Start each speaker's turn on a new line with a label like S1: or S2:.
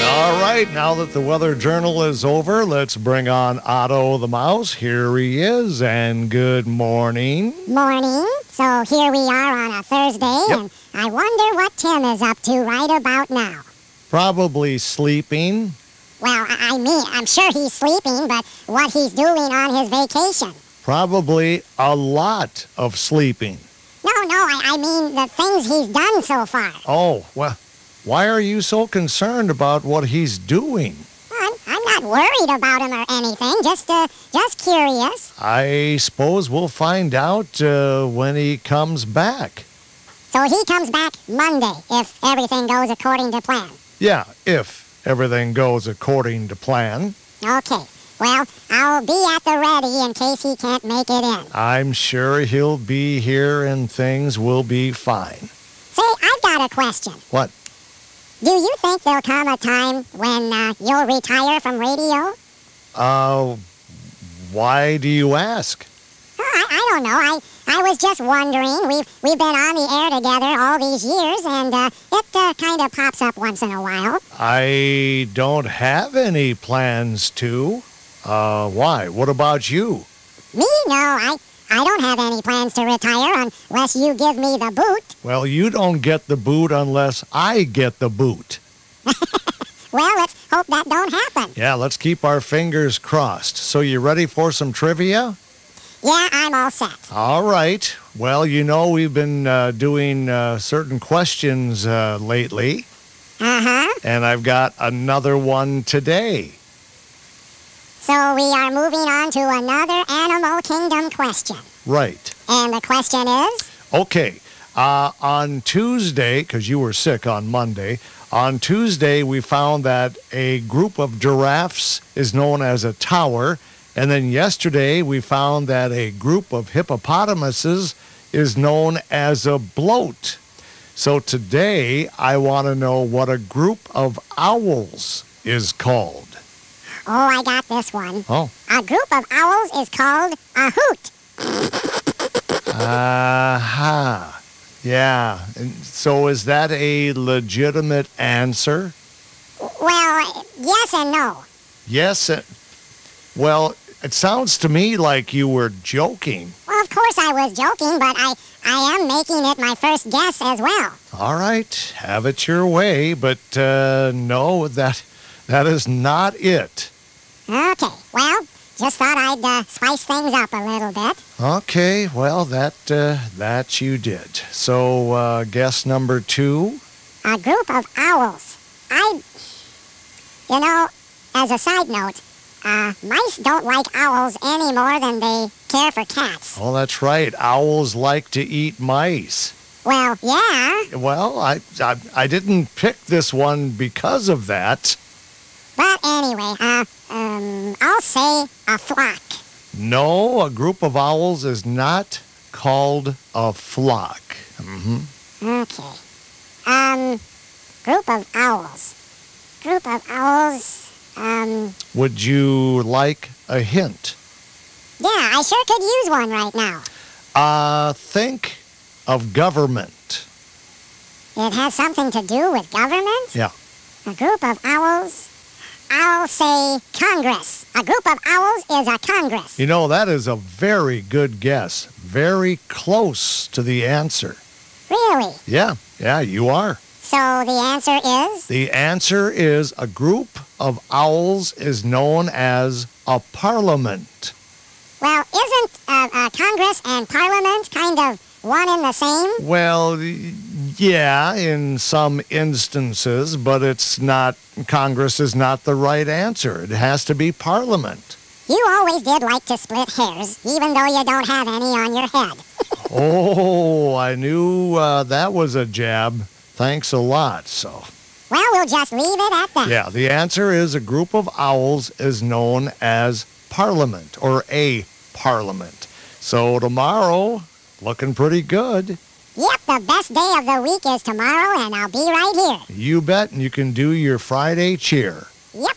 S1: right, now that the Weather Journal is over, let's bring on Otto the Mouse. Here he is, and good morning.
S2: Morning. So here we are on a Thursday,
S1: Yep.
S2: and I wonder what Tim is up to right about now.
S1: Probably sleeping.
S2: Well, I I mean, I'm sure he's sleeping, but what he's doing on his vacation.
S1: Probably a lot of sleeping.
S2: No, no, I, I mean the things he's done so far.
S1: Oh, well, why are you so concerned about what he's doing?
S2: I'm, I'm not worried about him or anything, just, uh, just curious.
S1: I suppose we'll find out uh, when he comes back.
S2: So he comes back Monday, if everything goes according to plan.
S1: Yeah, if everything goes according to plan.
S2: Okay. Well, I'll be at the ready in case he can't make it in.
S1: I'm sure he'll be here and things will be fine.
S2: Say, I've got a question.
S1: What?
S2: Do you think there'll come a time when uh, you'll retire from radio?
S1: Uh, why do you ask?
S2: Oh, I, I don't know. I, I was just wondering. We've, we've been on the air together all these years, and uh, it uh, kind of pops up once in a while.
S1: I don't have any plans to. Uh, why? What about you?
S2: Me? No, I, I don't have any plans to retire unless you give me the boot.
S1: Well, you don't get the boot unless I get the boot.
S2: Well, let's hope that don't happen.
S1: Yeah, let's keep our fingers crossed. So, you ready for some trivia?
S2: Yeah, I'm all set.
S1: All right. Well, you know, we've been uh, doing uh, certain questions uh, lately,
S2: Uh huh.
S1: and I've got another one today.
S2: So we are moving on to another Animal Kingdom question.
S1: Right.
S2: And the question is
S1: Okay. Uh, on Tuesday, because you were sick on Monday, on Tuesday, we found that a group of giraffes is known as a tower. And then yesterday, we found that a group of hippopotamuses is known as a bloat. So today, I want to know what a group of owls is called.
S2: Oh, I got this one.
S1: Oh.
S2: A group of owls is called a hoot.
S1: Aha. uh-huh. Yeah. And So is that a legitimate answer?
S2: Well, yes and no.
S1: Yes. uh, Well, it sounds to me like you were joking.
S2: Well, of course I was joking, but I, I am making it my first guess as well.
S1: All right, have it your way, but uh, no, that that is not it.
S2: Okay, well, just thought I'd uh, spice things up a little bit.
S1: Okay, well that uh, that you did. So uh, guess number two.
S2: A group of owls. I, you know, as a side note, uh, mice don't like owls any more than they care for cats.
S1: Oh, that's right. Owls like to eat mice.
S2: Well, yeah,
S1: Well, I I, I didn't pick this one because of that.
S2: but anyway, uh, um, I'll say a flock.
S1: No, a group of owls is not called a flock. hmm
S2: Okay. Um, group of owls. Group of owls. Um,
S1: Would you like a hint?
S2: yeah, I sure could use one right now.
S1: Uh, think of government.
S2: It has something to do with government?
S1: Yeah.
S2: A group of owls. I'll say Congress. A group of owls is a Congress.
S1: You know, that is a very good guess. Very close to the answer.
S2: Really?
S1: Yeah, yeah, you are.
S2: So the answer is?
S1: The answer is a group of owls is known as a parliament.
S2: Well, isn't uh, uh, Congress and Parliament kind of one and the same?
S1: Well, y- yeah, in some instances, but it's not, Congress is not the right answer. It has to be parliament.
S2: You always did like to split hairs, even though you don't have any on your head.
S1: Oh, I knew uh, that was a jab. Thanks a lot. So,
S2: Well, we'll just leave it at that.
S1: yeah, the answer is a group of owls is known as parliament or a parliament. So, tomorrow, looking pretty good.
S2: Yep, the best day of the week is tomorrow, and I'll be right
S1: You bet, and you can do your Friday cheer.
S2: here. Yep.